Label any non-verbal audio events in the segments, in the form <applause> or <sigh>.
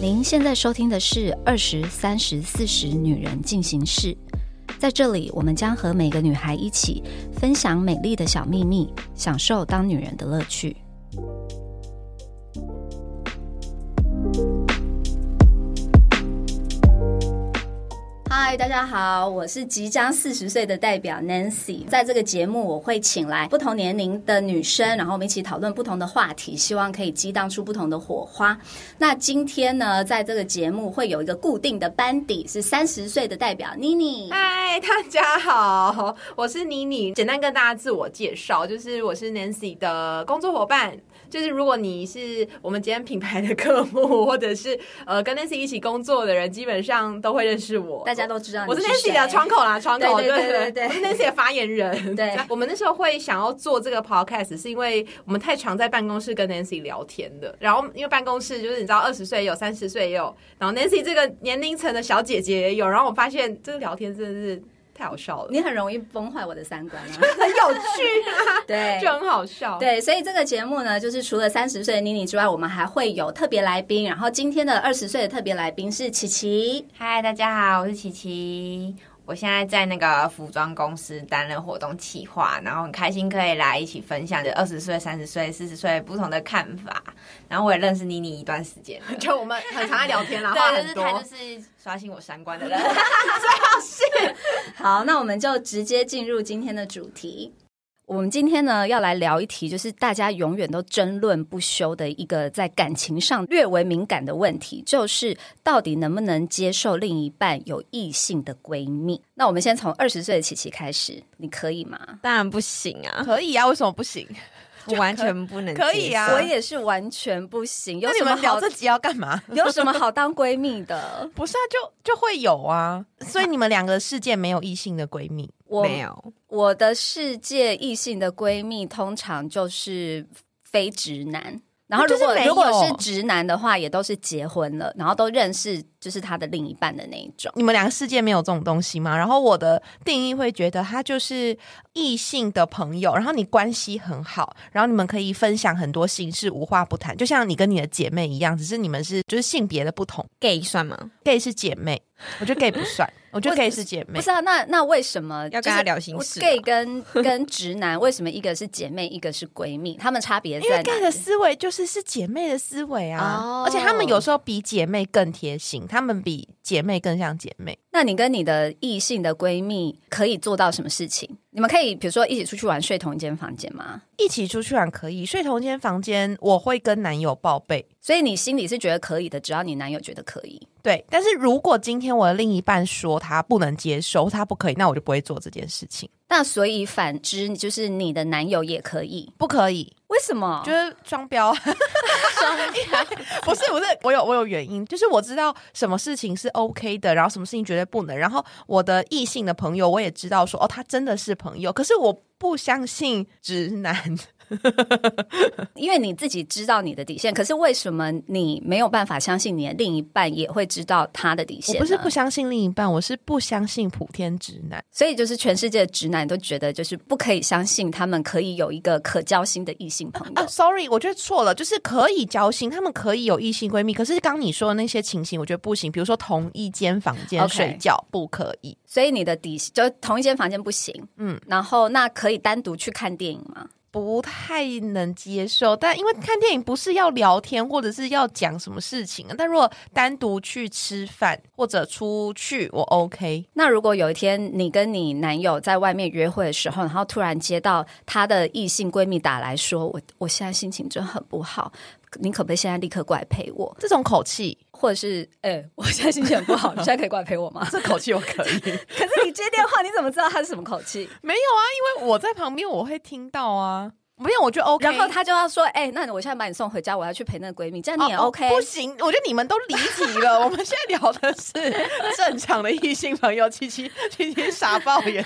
您现在收听的是《二十三十四十女人进行式》，在这里，我们将和每个女孩一起分享美丽的小秘密，享受当女人的乐趣。嗨，大家好，我是即将四十岁的代表 Nancy。在这个节目，我会请来不同年龄的女生，然后我们一起讨论不同的话题，希望可以激荡出不同的火花。那今天呢，在这个节目会有一个固定的班底，是三十岁的代表妮妮。嗨，大家好，我是妮妮。简单跟大家自我介绍，就是我是 Nancy 的工作伙伴。就是如果你是我们今天品牌的客户，或者是呃跟 Nancy 一起工作的人，基本上都会认识我。大家都知道你我是谁 Nancy 的窗口 <laughs> 啦，窗口对对对对对我是 Nancy 的发言人。对我们那时候会想要做这个 podcast，是因为我们太常在办公室跟 Nancy 聊天的。然后因为办公室就是你知道，二十岁也有，三十岁也有，然后 Nancy 这个年龄层的小姐姐也有。然后我发现这个聊天真的是太好笑了，你很容易崩坏我的三观啊！很有趣 <laughs> 啊，对，就很好笑。对，所以这个节目呢，就是除了三十岁的妮妮之外，我们还会有特别来宾。然后今天的二十岁的特别来宾是琪琪。嗨，大家好，我是琪琪。我现在在那个服装公司担任活动企划，然后很开心可以来一起分享这二十岁、三十岁、四十岁不同的看法。然后我也认识妮妮一段时间了，就我们很常爱聊天啦，话对，就很是多。她就是刷新我三观的人。 <laughs> 好，那我们就直接进入今天的主题。我们今天呢要来聊一题，就是大家永远都争论不休的一个在感情上略微敏感的问题，就是到底能不能接受另一半有异性的闺蜜？那我们先从二十岁的琪琪开始，你可以吗？当然不行啊，可以啊，为什么不行？我完全不能可以啊接受我也是完全不行，有那你什么们聊好这集要干嘛？有什么好当闺蜜的？ <laughs> 不是啊，就就会有啊，所以你们两个世界没有异性的闺蜜，我没有，我的世界异性的闺蜜通常就是非直男，然后如就果是没有如果是直男的话，也都是结婚了，然后都认识就是他的另一半的那一种。你们两个世界没有这种东西吗？然后我的定义会觉得他就是异性的朋友，然后你关系很好，然后你们可以分享很多心事，无话不谈，就像你跟你的姐妹一样，只是你们是就是性别的不同，gay 算吗？ ，gay 是姐妹，我觉得 gay 不算，我觉得 gay 是姐不。妹是啊，那那为什么要跟他聊心就是事啊 gay 跟跟直男为什么一个是姐妹，一个是闺蜜？他们差别因在为哪 gay 里？的思维就是是姐妹的思维啊哦而且他们有时候比姐妹更贴心，他们比姐妹更像姐妹。那你跟你的异性的闺蜜可以做到什么事情？你们可以比如说一起出去玩，睡同一间房间吗？一起出去玩可以，睡同一间房间，我会跟男友报备。所以你心里是觉得可以的，只要你男友觉得可以。对，但是如果今天我的另一半说他不能接受，他不可以，那我就不会做这件事情。那所以反之，就是你的男友也可以？不可以，为什么？就是双标。 <laughs> 不是不是，我有我有原因，就是我知道什么事情是 OK 的，然后什么事情绝对不能。然后我的异性的朋友，我也知道说哦，他真的是朋友，可是我不相信直男。因为你自己知道你的底线，可是为什么你没有办法相信你的另一半也会知道他的底我线呢？不是不相信另一半，我是不相信普天直男。所以就是全世界的直男都觉得，就是不可以相信他们可以有一个可交心的异性朋友。啊，sorry，我觉得错了，就是可以交心，他们可以有异性闺蜜，可是刚你说的那些情形，我觉得不行，比如说同一间房间 OK 睡觉不可以，所以你的底就同一间房间不行，嗯嗯，然后那可以单独去看电影吗？不太能接受。但因为看电影不是要聊天，或者是要讲什么事情啊，但如果单独去吃饭或者出去，我 OK。那如果有一天你跟你男友在外面约会的时候，然后突然接到他的异性闺蜜打来说：“我我现在心情真的很不好，你可不可以现在立刻过来陪我这种口气，？”或者是“哎、我现在心情很不好，你现在可以过来陪我吗 <laughs> 这口气我可以，？” <laughs> 可是你接电话，你怎么知道他是什么口气？没有啊，因为我在旁边，我会听到啊，没有，我就 OK。 <laughs> 然后他就要说：“哎、那我现在把你送回家，我要去陪那个闺蜜，这样你也哦 OK？”、不行，我觉得你们都离题 <laughs> 了。我们现在聊的是正常的异性朋友，七七七七傻抱怨，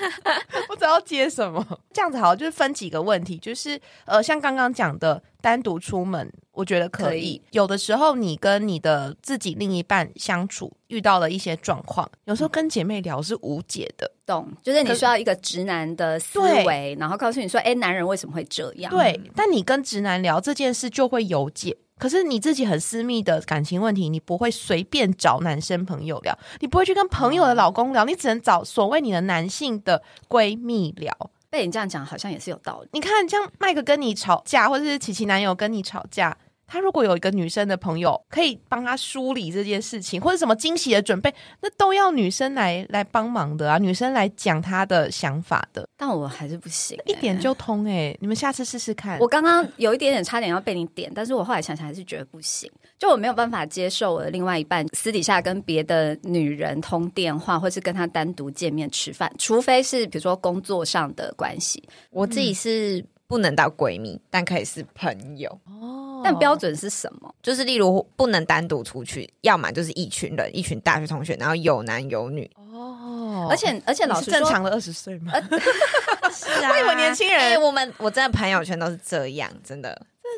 不知道接什么。这样子好，就是分几个问题，就是呃，像刚刚讲的，单独出门，我觉得可以。可以有的时候你跟你的自己另一半相处，遇到了一些状况，有时候跟姐妹聊是无解的。懂，就是你需要一个直男的思对维，然后告诉你说：“哎、男人为什么会这样？”对，但你跟直男聊这件事就会有解。可是你自己很私密的感情问题，你不会随便找男生朋友聊，你不会去跟朋友的老公聊，你只能找所谓你的男性的闺蜜聊。被你这样讲好像也是有道理。你看，像麦克跟你吵架，或者是琪琪男友跟你吵架，他如果有一个女生的朋友可以帮他梳理这件事情，或者什么惊喜的准备，那都要女生来来帮忙的啊，女生来讲她的想法的，但我还是不行、欸一点。就通哎、你们下次试试看。我刚刚有一点点差点要被你点，但是我后来想想还是觉得不行，就我没有办法接受我的另外一半私底下跟别的女人通电话，或是跟她单独见面吃饭，除非是比如说工作上的关系，我嗯自己是不能到闺蜜，但可以是朋友。哦但标准是什么？就是例如不能单独出去，要么就是一群人，一群大学同学，然后有男有女。哦而且而且老你实是说，呃正常的二十岁吗？ <laughs> 是啊，我以为年轻人哎我们我真的朋友圈都是这样，真的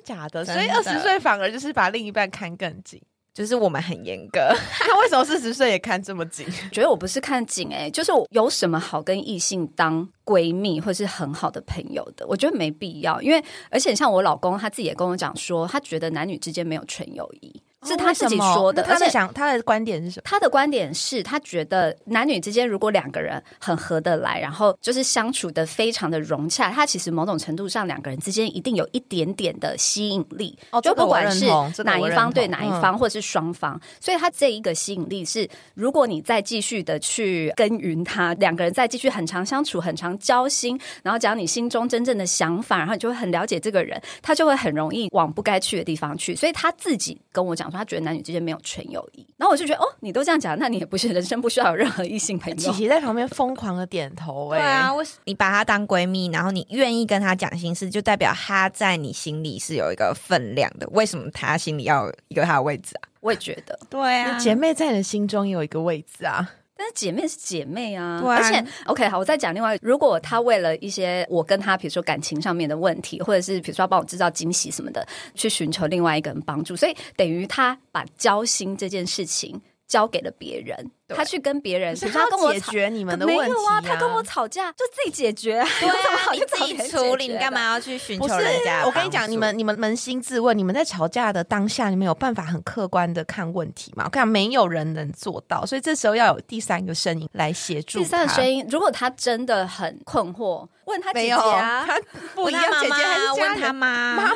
真的假的？所真的以二十岁反而就是把另一半看更紧。 <laughs> 就是我们很严格。那为什么四十岁也看这么紧？觉得我不是看景哎、就是我有什么好跟异性当闺蜜或是很好的朋友的？我觉得没必要，因为而且像我老公他自己也跟我讲说，他觉得男女之间没有纯友谊， <laughs> 哦是他自己说的，而那他的且想他的观点是什么？他的观点是，他觉得男女之间如果两个人很合得来，然后就是相处的非常的融洽，他其实某种程度上两个人之间一定有一点点的吸引力，哦就这个不我管认是同这个哪我一认方对同哪一嗯方，或是双方，所以他这一个吸引力是，如果你再继续的去耕耘它，两个人再继续很长相处、很长交心，然后讲你心中真正的想法，然后你就会很了解这个人，他就会很容易往不该去的地方去。所以他自己跟我讲说，他觉得男女之间没有纯友谊。然后我就觉得，哦，你都这样讲，那你也不是人生不需要有任何异性 <laughs> 朋琪友。琪在旁边疯狂的点头、哎，对啊，，为什你把她当闺蜜，然后你愿意跟她讲心事，就代表她在你心里是有一个分量的。为什么她心里要有一个她的位置啊？我也觉得，对你欸姐妹在你的心中有一个位置啊。但是姐妹是姐妹啊，对啊而且 OK 好，我再讲另外，如果他为了一些我跟他比如说感情上面的问题，或者是比如说要帮我制造惊喜什么的，去寻求另外一个人帮助，所以等于他把交心这件事情交给了别人，对他去跟别人，比是如他说他跟我解吵决你们的没问题、有啊，他跟我吵架就自己解决、 <laughs> 啊，对我怎么啊，好你去自找己别人处解理，决你干的嘛？要去寻不求是人家？，我跟你讲，你们。你们扪心自问，你们在吵架的当下，你们有办法很客观的看问题吗？我跟你讲，没有人能做到，所以这时候要有第三个声音来协助第三个他声音，如果他真的很困惑，问他姐姐啊，他不我一样，姐姐还是家问她人妈，妈妈，妈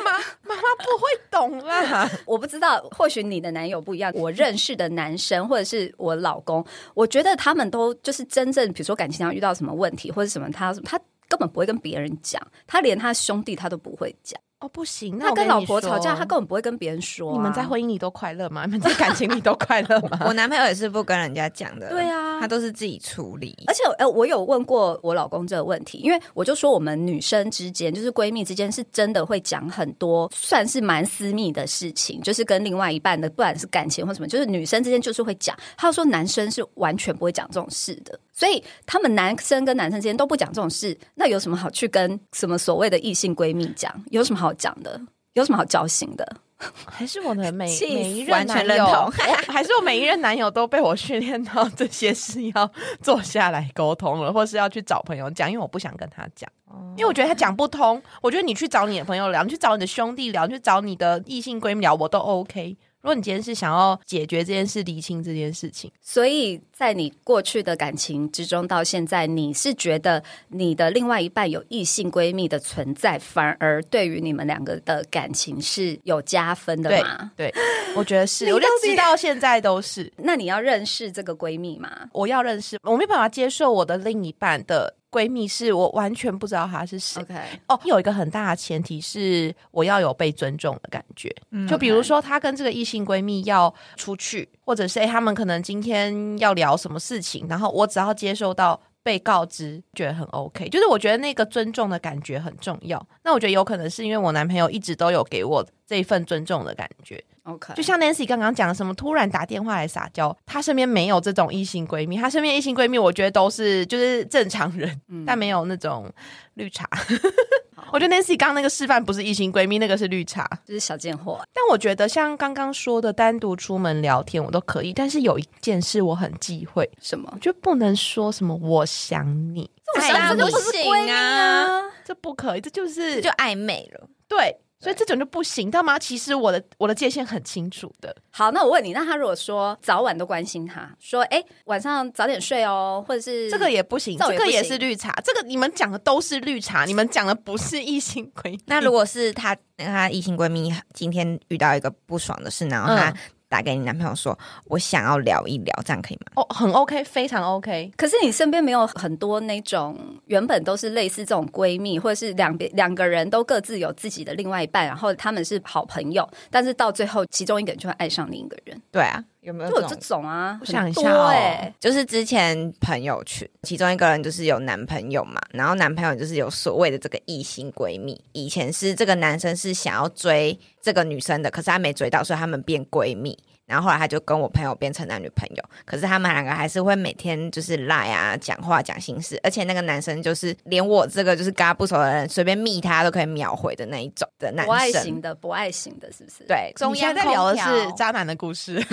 妈不会懂 <laughs> 啦。我不知道，或许你的男友不一样。我认识的男生或者是我老公，我觉得他们都就是真正，比如说感情上遇到什么问题或者什么，他他。根本不会跟别人讲，他连他兄弟他都不会讲。哦，不行，那他我跟你老婆吵说架，他根本不会跟别人说啊、你们在婚姻里都快乐 <laughs> 吗？你们在感情里都快乐 <laughs> 吗？我男朋友也是不跟人家讲的，对啊他都是自己处理。而且，呃，我有问过我老公这个问题，因为我就说我们女生之间，就是闺蜜之间，是真的会讲很多，算是蛮私密的事情，就是跟另外一半的，不管是感情或什么，就是女生之间就是会讲。他说男生是完全不会讲这种事的，所以他们男生跟男生之间都不讲这种事，那有什么好去跟什么所谓的异性闺蜜讲？有什么好讲的？有什么好交心的？ <laughs> 还是我的每气死每一任完男全友，哎认同我 <laughs> 还是我每一任男友都被我训练到这些事要坐下来沟通了，或是要去找朋友讲，因为我不想跟他讲，因为我觉得他讲不通。我觉得你去找你的朋友聊，你去找你的兄弟聊，你去找你的异性闺蜜聊，我都 OK。如果你今天是想要解决这件事、厘清这件事情，所以在你过去的感情之中到现在，你是觉得你的另外一半有异性闺蜜的存在，反而对于你们两个的感情是有加分的对吗？对，我觉 <laughs> 得是，我就到底直到现在都是。那你要认识这个闺蜜吗？我要认识，我没有办法接受我的另一半的闺蜜是我完全不知道她是谁。 OK，哦，有一个很大的前提是我要有被尊重的感觉。嗯就比如说，她跟这个异性闺蜜要出去，或者是、哎他们可能今天要聊什么事情，然后我只要接受到被告知，觉得很 OK。就是我觉得那个尊重的感觉很重要。那我觉得有可能是因为我男朋友一直都有给我这一份尊重的感觉。 OK，就像 Nancy 刚刚讲的，什么突然打电话来撒娇，她身边没有这种异性闺蜜，她身边异性闺蜜我觉得都是就是正常人，但没有那种绿茶。 <laughs> 我觉得 Nancy 刚刚那个示范不是异性闺蜜，那个是绿茶。就是小贱货，但我觉得像刚刚说的，单独出门聊天我都可以，但是有一件事我很忌讳，什我么？就不能说什么我想你，哎爱这到个不不是闺行蜜啊，啊！这不可以，这就是就暧昧了。对。所以这种就不行，知道吗？其实我的我的界限很清楚的，好，那我问你，那他如果说早晚都关心他，说哎、晚上早点睡哦，或者是这个也不行，这我这也个不也行是绿茶，这个你们讲的都是绿茶，你们讲的不是异性闺蜜。那如果是她，她异性闺蜜今天遇到一个不爽的事，然后她打给你男朋友说：“我想要聊一聊，这样可以吗哦，很 OK，非常 OK。可是你身边没有很多那种原本都是类似这种闺蜜，或者是两边两个人都各自有自己的另外一半，然后他们是好朋友，但是到最后其中一个人就会爱上另一个人，？”对啊，有没有就这有这种？种啊，我想一下很多哦欸就是之前朋友群，其中一个人就是有男朋友嘛，然后男朋友就是有所谓的这个异性闺蜜。以前是这个男生是想要追这个女生的，可是他没追到，所以他们变闺蜜。然后后来他就跟我朋友变成男女朋友，可是他们两个还是会每天就是赖啊、讲话、讲心事，而且那个男生就是连我这个就是跟他不熟的人随便密他都可以秒回的那一种的男不爱型生。的，不爱型的，是不是？，对，中你现央在在聊的空调是渣男的故事，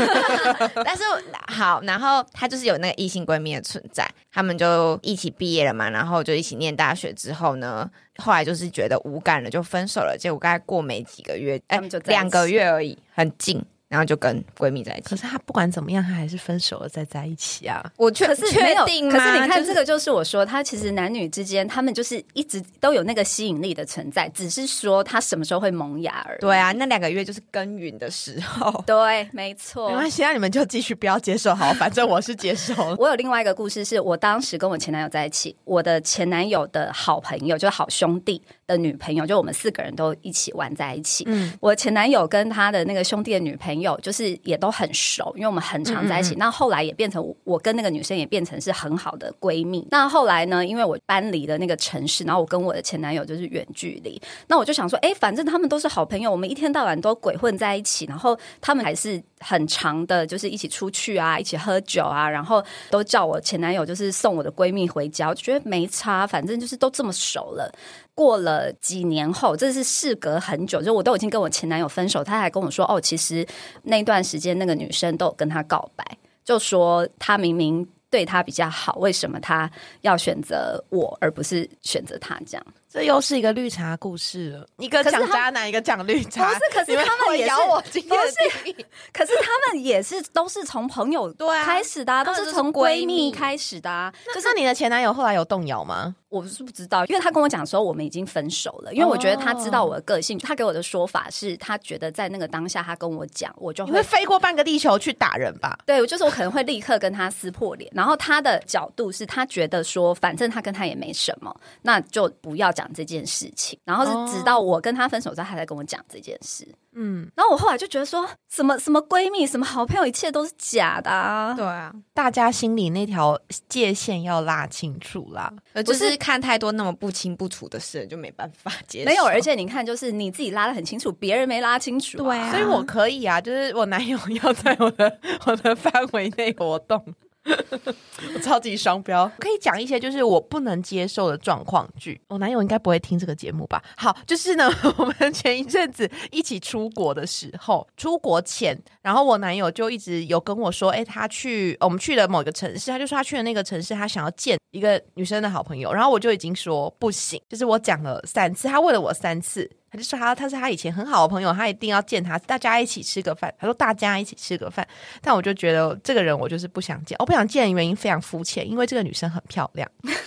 但是好，然后她就是有那个异性闺蜜的存在，他们就一起毕业了嘛，然后就一起念大学之后呢，后来就是觉得无感了，就分手了。结果大概过没几个月，哎他们就，在一起两个月而已，很近，然后就跟闺蜜在一可是起。他不管怎么样，他还是分手了再在一起啊。我确可是确没有，定可是吗你看就这个就是我说，他其实男女之间，他们就是一直都有那个吸引力的存在，只是说他什么时候会萌芽而已。对啊，那两个月就是耕耘的时候。对，没错没。关系，那啊你们就继续不要接受好，反正我是接受了。我有另外一个故事是，我当时跟我前男友在一起，我的前男友的好朋友，就是好兄弟的女朋友，就我们四个人都一起玩在一起。嗯我前男友跟他的那个兄弟的女朋友，就是也都很熟，因为我们很常在一起。那后来也变成我我跟那个女生也变成是很好的闺蜜。那后来呢，因为我搬离了那个城市，然后我跟我的前男友就是远距离。那我就想说，哎，反正他们都是好朋友，我们一天到晚都鬼混在一起，然后他们还是很长的，就是一起出去啊，一起喝酒啊，然后都叫我前男友就是送我的闺蜜回家，我就觉得没差，反正就是都这么熟了。过了几年后，这是事隔很久，就我都已经跟我前男友分手，他还跟我说：“哦，其实那段时间那个女生都有跟他告白，就说他明明对他比较好，为什么他要选择我而不是选择他？”这样这又是一个绿茶故事了，一个可是讲他渣男，一个讲绿茶。不是可是你他们会也是咬我今天的不是，可是他们也是都是从朋友对啊开始的、啊，他都们是就是从闺闺蜜蜜开始的、啊。那就是你的前男友后来有动摇吗？我是不知道，因为他跟我讲说我们已经分手了，因为我觉得他知哦道我的个性。他给我的说法是他觉得在那个当下，他跟我讲，我就你会会飞过半个地球去打人吧？对，就是我可能会立刻跟他撕破脸。然后他的角度是他觉得说，反正他跟他也没什么，那就不要讲这件事情。然哦后是直到我跟他分手之后，他才跟我讲这件事。嗯，然后我后来就觉得说，什么什么闺蜜，什么好朋友，一切都是假的啊。对啊，大家心里那条界限要拉清楚啦。而就不是看太多那么不清不楚的事，就没办法接受。没有，而且你看，就是你自己拉的很清楚，别人没拉清楚、对啊所以我可以啊，就是我男友要在我的 <laughs> 我的范围内活动。我 <laughs> 超级双标，可以讲一些就是我不能接受的状况剧。我男友应该不会听这个节目吧？好，就是呢， <laughs> 我们前一阵子一起出国的时候，出国前，然后我男友就一直有跟我说，哎、他去我们去了某个城市，他就说他去了那个城市，他想要见一个女生的好朋友，然后我就已经说不行，就是我讲了三次，他问了我三次，他就说他他是他以前很好的朋友，他一定要见他，大家一起吃个饭。他说大家一起吃个饭，但我就觉得这个人我就是不想见，我不想见的原因非常肤浅，因为这个女生很漂亮， <laughs>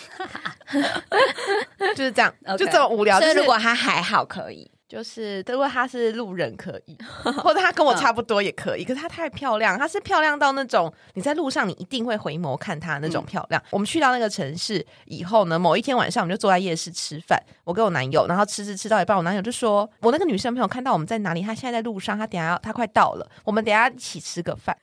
就是这样 OK 就这么无聊。所以就是如果他还好，可以。就是，如果她是路人可以，或者她跟我差不多也可以。可是她太漂亮，她是漂亮到那种你在路上你一定会回眸看她那嗯种漂亮。我们去到那个城市以后呢，某一天晚上我们就坐在夜市吃饭，我跟我男友，然后吃吃吃到一半，我男友就说：“我那个女生朋友看到我们在哪里，她现在在路上，她等一下她快到了，我们等一下一起吃个饭。”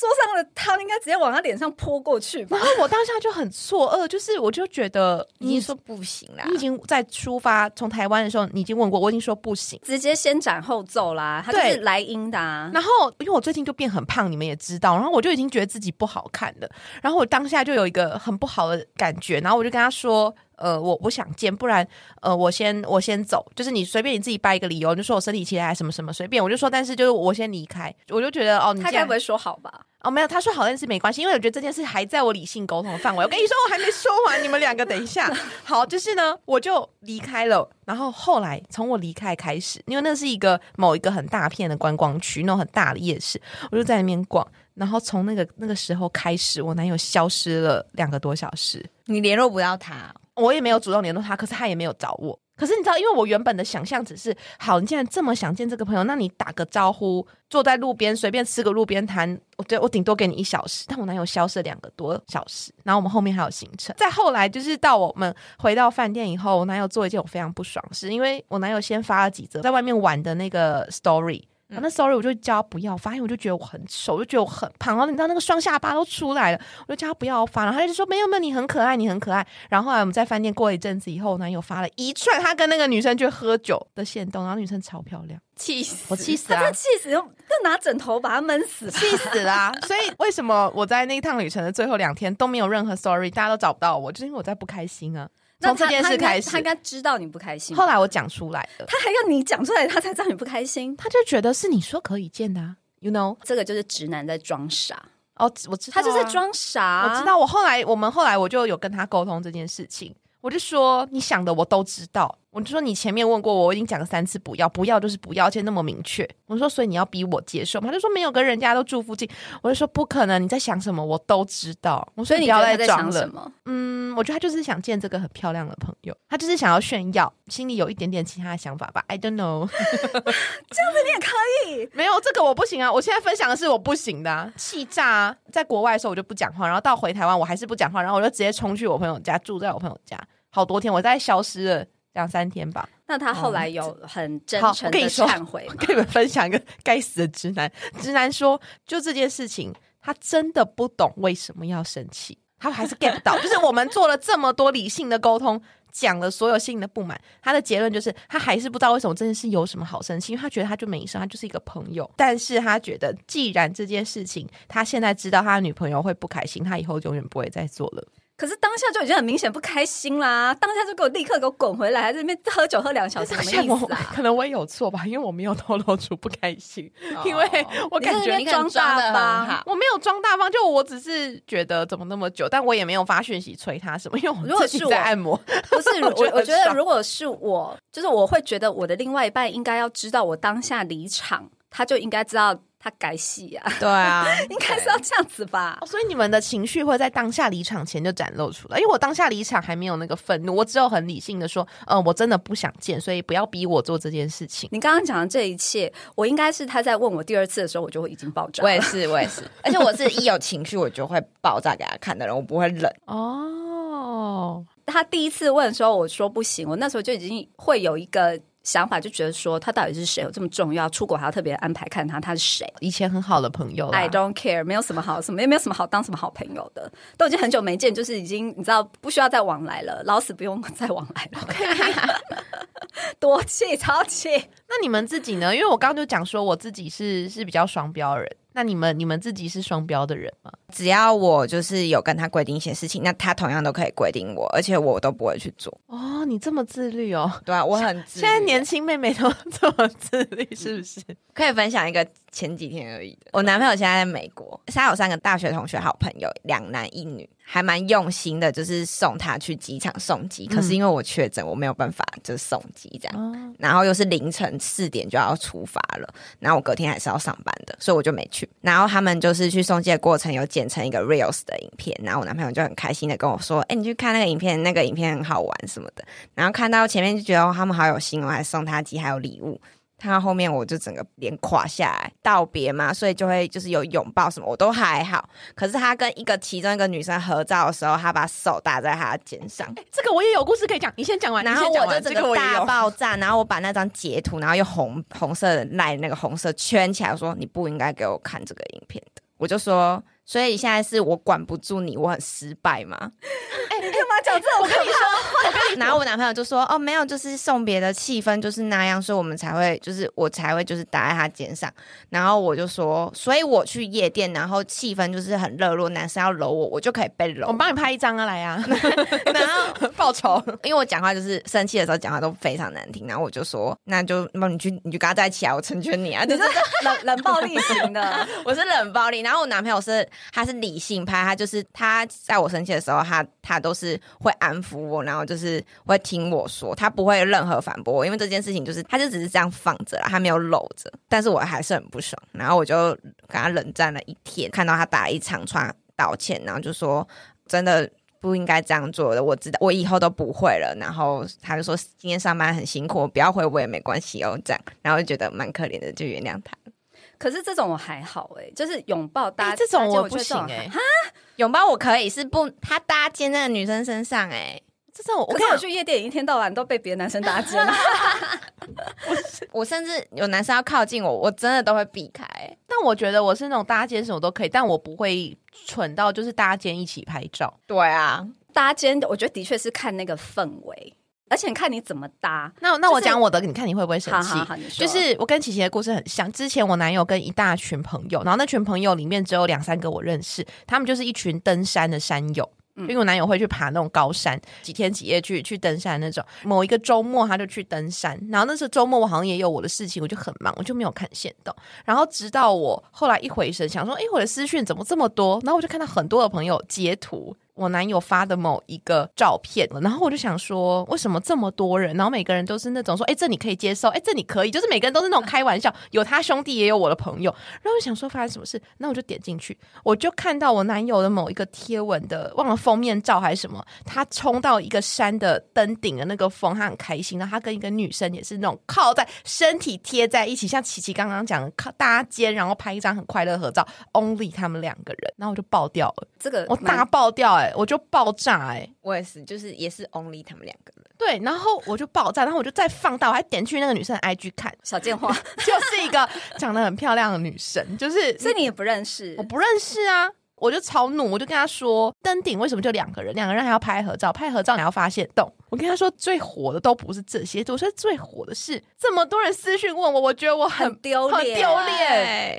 桌上的汤应该直接往他脸上泼过去吧然？后我当下就很错愕，就是我就觉得你你说不行啦，你已经在出发从台湾的时候，你已经问过，我已经说不行。直接先斩后奏啦，他就对是来阴的、啊。然后，因为我最近就变很胖，你们也知道，然后我就已经觉得自己不好看了。然后我当下就有一个很不好的感觉，然后我就跟他说：“呃，我不想见，不然呃，我先我先走，就是你随便你自己掰一个理由，你就说我生理期来什么什么，随便我就说，但是就是我先离开，我就觉得哦，你他既然该不会说好吧？哦没有，他说好，但是没关系，因为我觉得这件事还在我理性沟通的范围。我跟你说，我还没说完，你们两个等一下。好，就是呢，我就离开了。然后后来从我离开开始，因为那是一个某一个很大片的观光区，那种很大的夜市，我就在那边逛。然后从那个那个时候开始，我男友消失了两个多小时。你联络不到他，我也没有主动联络他，可是他也没有找我。可是你知道，因为我原本的想象只是，好，你既然这么想见这个朋友，那你打个招呼，坐在路边随便吃个路边摊，我对我顶多给你一小时。但我男友消失了两个多小时，然后我们后面还有行程。再后来就是到我们回到饭店以后，我男友做一件我非常不爽的事，因为我男友先发了几则在外面玩的那个 story。嗯然啊后那 story 我就叫他不要发，因为我就觉得我很丑，我就觉得我很胖，然后你知道那个双下巴都出来了，我就叫他不要发，然后他就说没有没有，你很可爱，你很可爱。然后后来我们在饭店过了一阵子以后，我男友发了一串他跟那个女生去喝酒的线动，然后女生超漂亮，气死！我气死他啦、 <laughs> 这气死，要拿枕头把他闷死吧。气死啦、 <laughs> 所以为什么我在那一趟旅程的最后两天都没有任何 story，大家都找不到我，就是因为我在不开心啊。那从这他件他事应该开始他，应该知道你不开心吧。后来我讲出来了，他还要你讲出来，他才知道你不开心。他就觉得是你说可以见的、啊、，you know？这个就是直男在装傻，哦，我知道、他就是。装傻。啊我知，道，我后来我们后来我就有跟他沟通这件事情，我就说你想的我都知道，我就说你前面问过我，我已经讲了三次不要，不要就是不要，而且那么明确。我说所以你要逼我接受吗？他就说没有，跟人家都住附近。我就说不可能，你在想什么我都知道。我所说以你不觉要得他再在装想了什。么？嗯，我觉得他就是想见这个很漂亮的朋友，他就是想要炫耀，心里有一点点其他的想法吧。I don't know， <laughs> 你也可以，没有这个我不行啊！我现在分享的是我不行的、啊，气炸、啊！在国外的时候我就不讲话，然后到回台湾我还是不讲话，然后我就直接冲去我朋友家，住在我朋友家好多天，我大概消失了两三天吧。那他后来有很真好诚我跟的你说忏悔吗？ <laughs> 跟你们分享一个该死的直男。直男说，就这件事情，他真的不懂为什么要生气，他还是 get 不到。就是我们做了这么多理性的沟通，讲了所有性的不满，他的结论就是他还是不知道为什么这件事有什么好生气，因为他觉得他就没事，他就是一个朋友。但是他觉得，既然这件事情他现在知道他的女朋友会不开心，他以后永远不会再做了。可是当下就已经很明显不开心啦，当下就给我立刻给我滚回来，还在那边喝酒喝两小时，什么像意我思啊？可能我也有错吧，因为我没有透露出不开心，<laughs> 哦因为我感哦你在那觉边你可能装的很好，我没有装大方，就我只是觉得怎么那么久，但我也没有发讯息催他什么，因为我如果自己是我在按摩。不是， <laughs> 我我觉得我觉得爽如果是我，就是我会觉得我的另外一半应该要知道我当下离场，他就应该知道他改戏啊，<laughs> 对啊，应该是要这样子吧哦，？所以你们的情绪会在当下离场前就展露出来，因为我当下离场还没有那个愤怒，我只有很理性的说，嗯、我真的不想见，所以不要逼我做这件事情。你刚刚讲的这一切，我应该是他在问我第二次的时候，我就会已经爆炸我了。也是，我也是，而且我是一有情绪我就会爆炸给他看的人，我不会忍。哦，他第一次问的时候，我说不行，我那时候就已经会有一个想法，就觉得说他到底是谁，有这么重要，出国还要特别安排看他他是谁。以前很好的朋友啦 I don't care，没有什么好什么，也没有什么好当什么好朋友的，都已经很久没见，就是已经你知道不需要再往来了，老死不用 <laughs> 再往来了。 <laughs> 多气超气，那你们自己呢？因为我刚刚就讲说我自己是是比较双标人，那你们你们自己是双标的人吗？只要我就是有跟他规定一些事情，那他同样都可以规定我，而且我都不会去做。哦，你这么自律哦。对啊，我很自律现在年轻妹妹都 <laughs> 这么自律，是不是？可以分享一个前几天而已的。我男朋友现在在美国，他有三个大学同学好朋友，两男一女，还蛮用心的，就是送他去机场送机。可嗯是因为我确诊，我没有办法就是送机这样。哦然后又是凌晨四点就要出发了，然后我隔天还是要上班的，所以我就没去。然后他们就是去送机的过程有剪成一个 reels 的影片，然后我男朋友就很开心的跟我说：“哎、你去看那个影片，那个影片很好玩什么的。”然后看到前面就觉得、哦、他们好有心哦，还送他鸡还有礼物。看到后面我就整个脸垮下来，道别嘛，所以就会就是有拥抱什么，我都还好。可是他跟一个其中一个女生合照的时候，他把手搭在她的肩上，这个我也有故事可以讲，你先讲完。然你后先讲我完就这整个我也大有。爆炸，然后我把那张截图，然后用红红色的赖那个红色圈起来，我说你不应该给我看这个影片的，我就说，所以现在是我管不住你，我很失败吗？ <laughs> 哎、有没嘛讲这种话？然后我男朋友就说：“哦，没有，就是送别的气氛就是那样，所以我们才会，就是我才会就是搭在他肩上。”然后我就说：“所以我去夜店，然后气氛就是很热络，男生要搂我，我就可以被我搂们。帮你拍一张啊，<laughs> 来啊，然后 <laughs> 报仇。因为我讲话就是生气的时候讲话都非常难听，然后我就说：那就那你去你就跟他在一起啊，我成全你啊。就是冷冷暴力型的，我是冷暴力，然后我男朋友是他是理性派，他就是他在我生气的时候，他他都是会安抚我，然后就是会听我说，他不会有任何反驳我，因为这件事情就是他就只是这样放着啦，他没有搂着，但是我还是很不爽，然后我就跟他冷战了一天，看到他打了一长串道歉，然后就说真的。不应该这样做的，我知道，我以后都不会了。然后他就说今天上班很辛苦，不要回我也没关系哦，这样。然后就觉得蛮可怜的，就原谅他。可是这种我还好哎、就是拥抱搭、哎这种搭肩我我觉得不这种行还哎哈拥抱我可以，是不他搭肩在女生身上哎、这种我可啊跟是你我讲，去夜店一天到晚都被别的男生搭肩， <laughs> 我甚至有男生要靠近我，我真的都会避开、但我觉得我是那种搭肩什么都可以，但我不会蠢到就是搭肩一起拍照。对啊，搭肩我觉得的确是看那个氛围，而且看你怎么搭。那那我就是讲我的，你看你会不会生好气好？好，你说就是我跟琪琪的故事很像。之前我男友跟一大群朋友，然后那群朋友里面只有两三个我认识，他们就是一群登山的山友。嗯因为我男友会去爬那种高山，几天几夜去去登山那种。某一个周末他就去登山，然后那时候周末我好像也有我的事情，我就很忙，我就没有看线动。然后直到我后来一回神，想说，哎诶，我的私讯怎么这么多？然后我就看到很多的朋友截图我男友发的某一个照片，然后我就想说，为什么这么多人？然后每个人都是那种说，哎诶，这你可以接受，诶，这你可以，就是每个人都是那种开玩笑，有他兄弟也有我的朋友。然后我就想说发生什么事，那我就点进去，我就看到我男友的某一个贴文的，忘了封面照还是什么，他冲到一个山的登顶的那个峰，他很开心，然后他跟一个女生也是那种靠在身体贴在一起，像琪琪刚刚讲的靠搭肩，然后拍一张很快乐的合照，only 他们两个人，然后我就爆掉了，这个我蛮大爆掉哎、我就爆炸哎、我也是，就是也是 only 他们两个人。对，然后我就爆炸，然后我就再放大，我还点去那个女生的 IG 看，小贱 <laughs> 话，就是一个长得很漂亮的女生，就是所以你也不认识我。不认识啊。我就超怒，我就跟他说，登顶为什么就两个人？两个人还要拍合照，拍合照你要发现动。我跟他说，最火的都不是这些，我说最火的是这么多人私讯问我，我觉得我很很丢很脸，丢脸，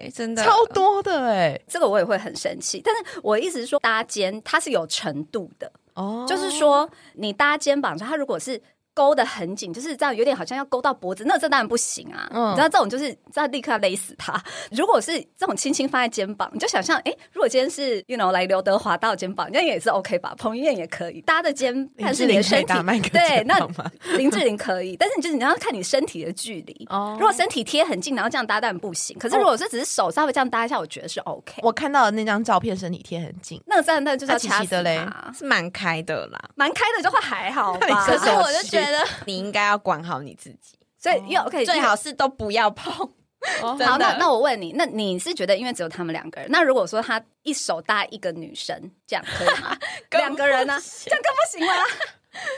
对，真的超多的哎、这个我也会很生气。但是我一直说搭肩，它是有程度的，哦就是说你搭肩膀的时候，它如果是勾的很紧，就是这样，有点好像要勾到脖子，那这当然不行啊。嗯你知道这种就是这样立刻要勒死他。如果是这种轻轻放在肩膀，你就想象，哎，如果今天是 you know 来刘德华到肩膀，那也是 OK 吧？彭于晏也可以搭的肩，但是你的身体打麦克对，那吗？ <laughs> 林志玲可以，但是你就是你要看你身体的距离。哦如果身体贴很近，然后这样搭当然不行。可是如果是只是手稍微这样搭一下，我觉得是 OK。我看到的那张照片，身体贴很近，那个站那就是要那琪琪掐死的嘞他，是蛮开的啦。蛮开的就会还好那你吧。哎可可是是我我就就觉觉得你应该要管好你自己，所哦以又 OK，最好是都不要碰。真好，的那那我问你，那你是觉得因为只有他们两个人，那如果说他一手搭一个女生，这样可 <laughs> 以吗？两个人呢、这样更不行啦。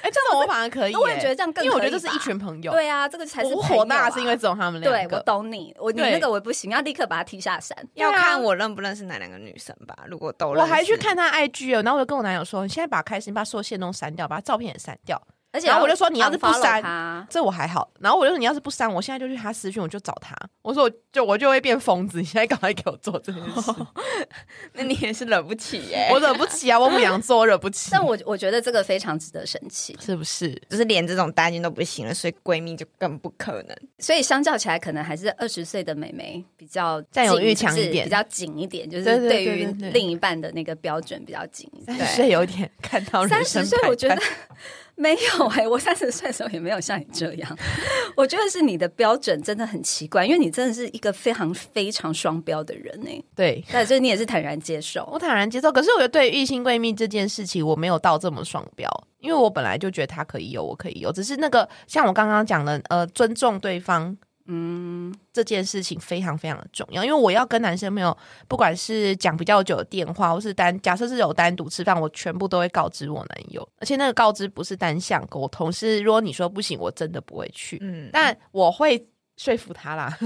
哎、这种我反而可以、欸，那我也觉得这样更因为我可觉以得这是一吧群朋友，、对啊，这个才是我朋友火啊大是因为只有他们两对个，我懂你，我你对那个我不行，要立刻把他踢下山。对啊要看我认不认识哪两个女生吧。如果都认识，我还去看他 IG 哦，然后我就跟我男友说，你现在把开心，把所有线都删掉，把照片也删掉。而且然后我就说你要是不 unfollow 删他，这我还好，然后我就说你要是不删，我现在就去他私讯，我就找他，我说我就我就会变疯子，你现在赶快给我做这件 <laughs> 事，那你也是惹不起耶、我惹不起啊，我母羊座我惹不起，但我我觉得这个非常值得生气。是不是？就是连这种搭肩都不行了，所以闺蜜就更不可能。所以相较起来，可能还是二十岁的美眉比较占有紧欲强一就是点比较紧一点，就是对对对对于对对另一半的那个标准比较紧一点。三十岁有点看到人三生十岁，我觉得百态 <laughs> 没有哎、我三十岁的时候也没有像你这样。我觉得是你的标准真的很奇怪，因为你真的是一个非常非常双标的人哎、对。但所以你也是坦然接受我。坦然接受，可是我觉得对于异性闺蜜这件事情，我没有到这么双标，因为我本来就觉得她可以有，我可以有，只是那个像我刚刚讲的，呃，尊重对方嗯，这件事情非常非常的重要，因为我要跟男生朋友，不管是讲比较久的电话，或是单假设是有单独吃饭，我全部都会告知我男友，而且那个告知不是单向沟通，是如果你说不行，我真的不会去，嗯，但我会说服他啦。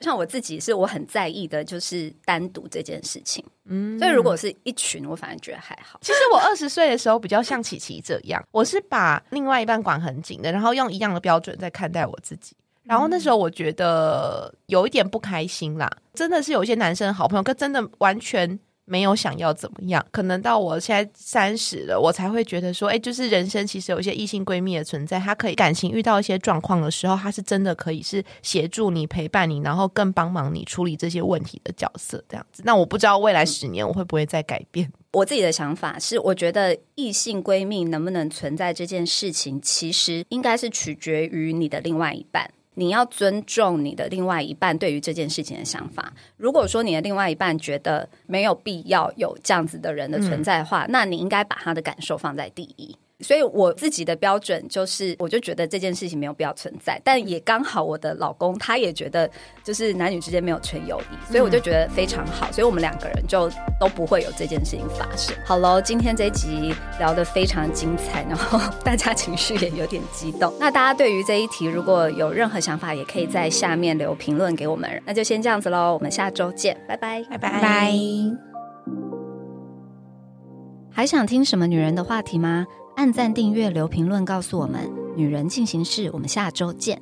像我自己是我很在意的，就是单独这件事情。嗯所以如果是一群，我反而觉得还好。其实我二十岁的时候比较像琪琪这样，我是把另外一半管很紧的，然后用一样的标准在看待我自己。然后那时候我觉得有一点不开心啦，真的是有一些男生的好朋友，可真的完全没有想要怎么样。可能到我现在三十了，我才会觉得说，哎，就是人生其实有一些异性闺蜜的存在，她可以感情遇到一些状况的时候，她是真的可以是协助你、陪伴你，然后更帮忙你处理这些问题的角色这样子。那我不知道未来十年我会不会再改变。我自己的想法是，我觉得异性闺蜜能不能存在这件事情，其实应该是取决于你的另外一半。你要尊重你的另外一半对于这件事情的想法。如果说你的另外一半觉得没有必要有这样子的人的存在的话，那你应该把他的感受放在第一。所以我自己的标准就是，我就觉得这件事情没有必要存在，但也刚好我的老公他也觉得就是男女之间没有纯友谊，所以我就觉得非常好，所以我们两个人就都不会有这件事情发生。好喽，今天这一集聊得非常精彩，然后大家情绪也有点激动。那大家对于这一题如果有任何想法，也可以在下面留评论给我们。那就先这样子喽，我们下周见，拜拜。拜拜拜。还想听什么女人的话题吗？按赞、订阅、留评论，告诉我们。女人进行式，我们下周见。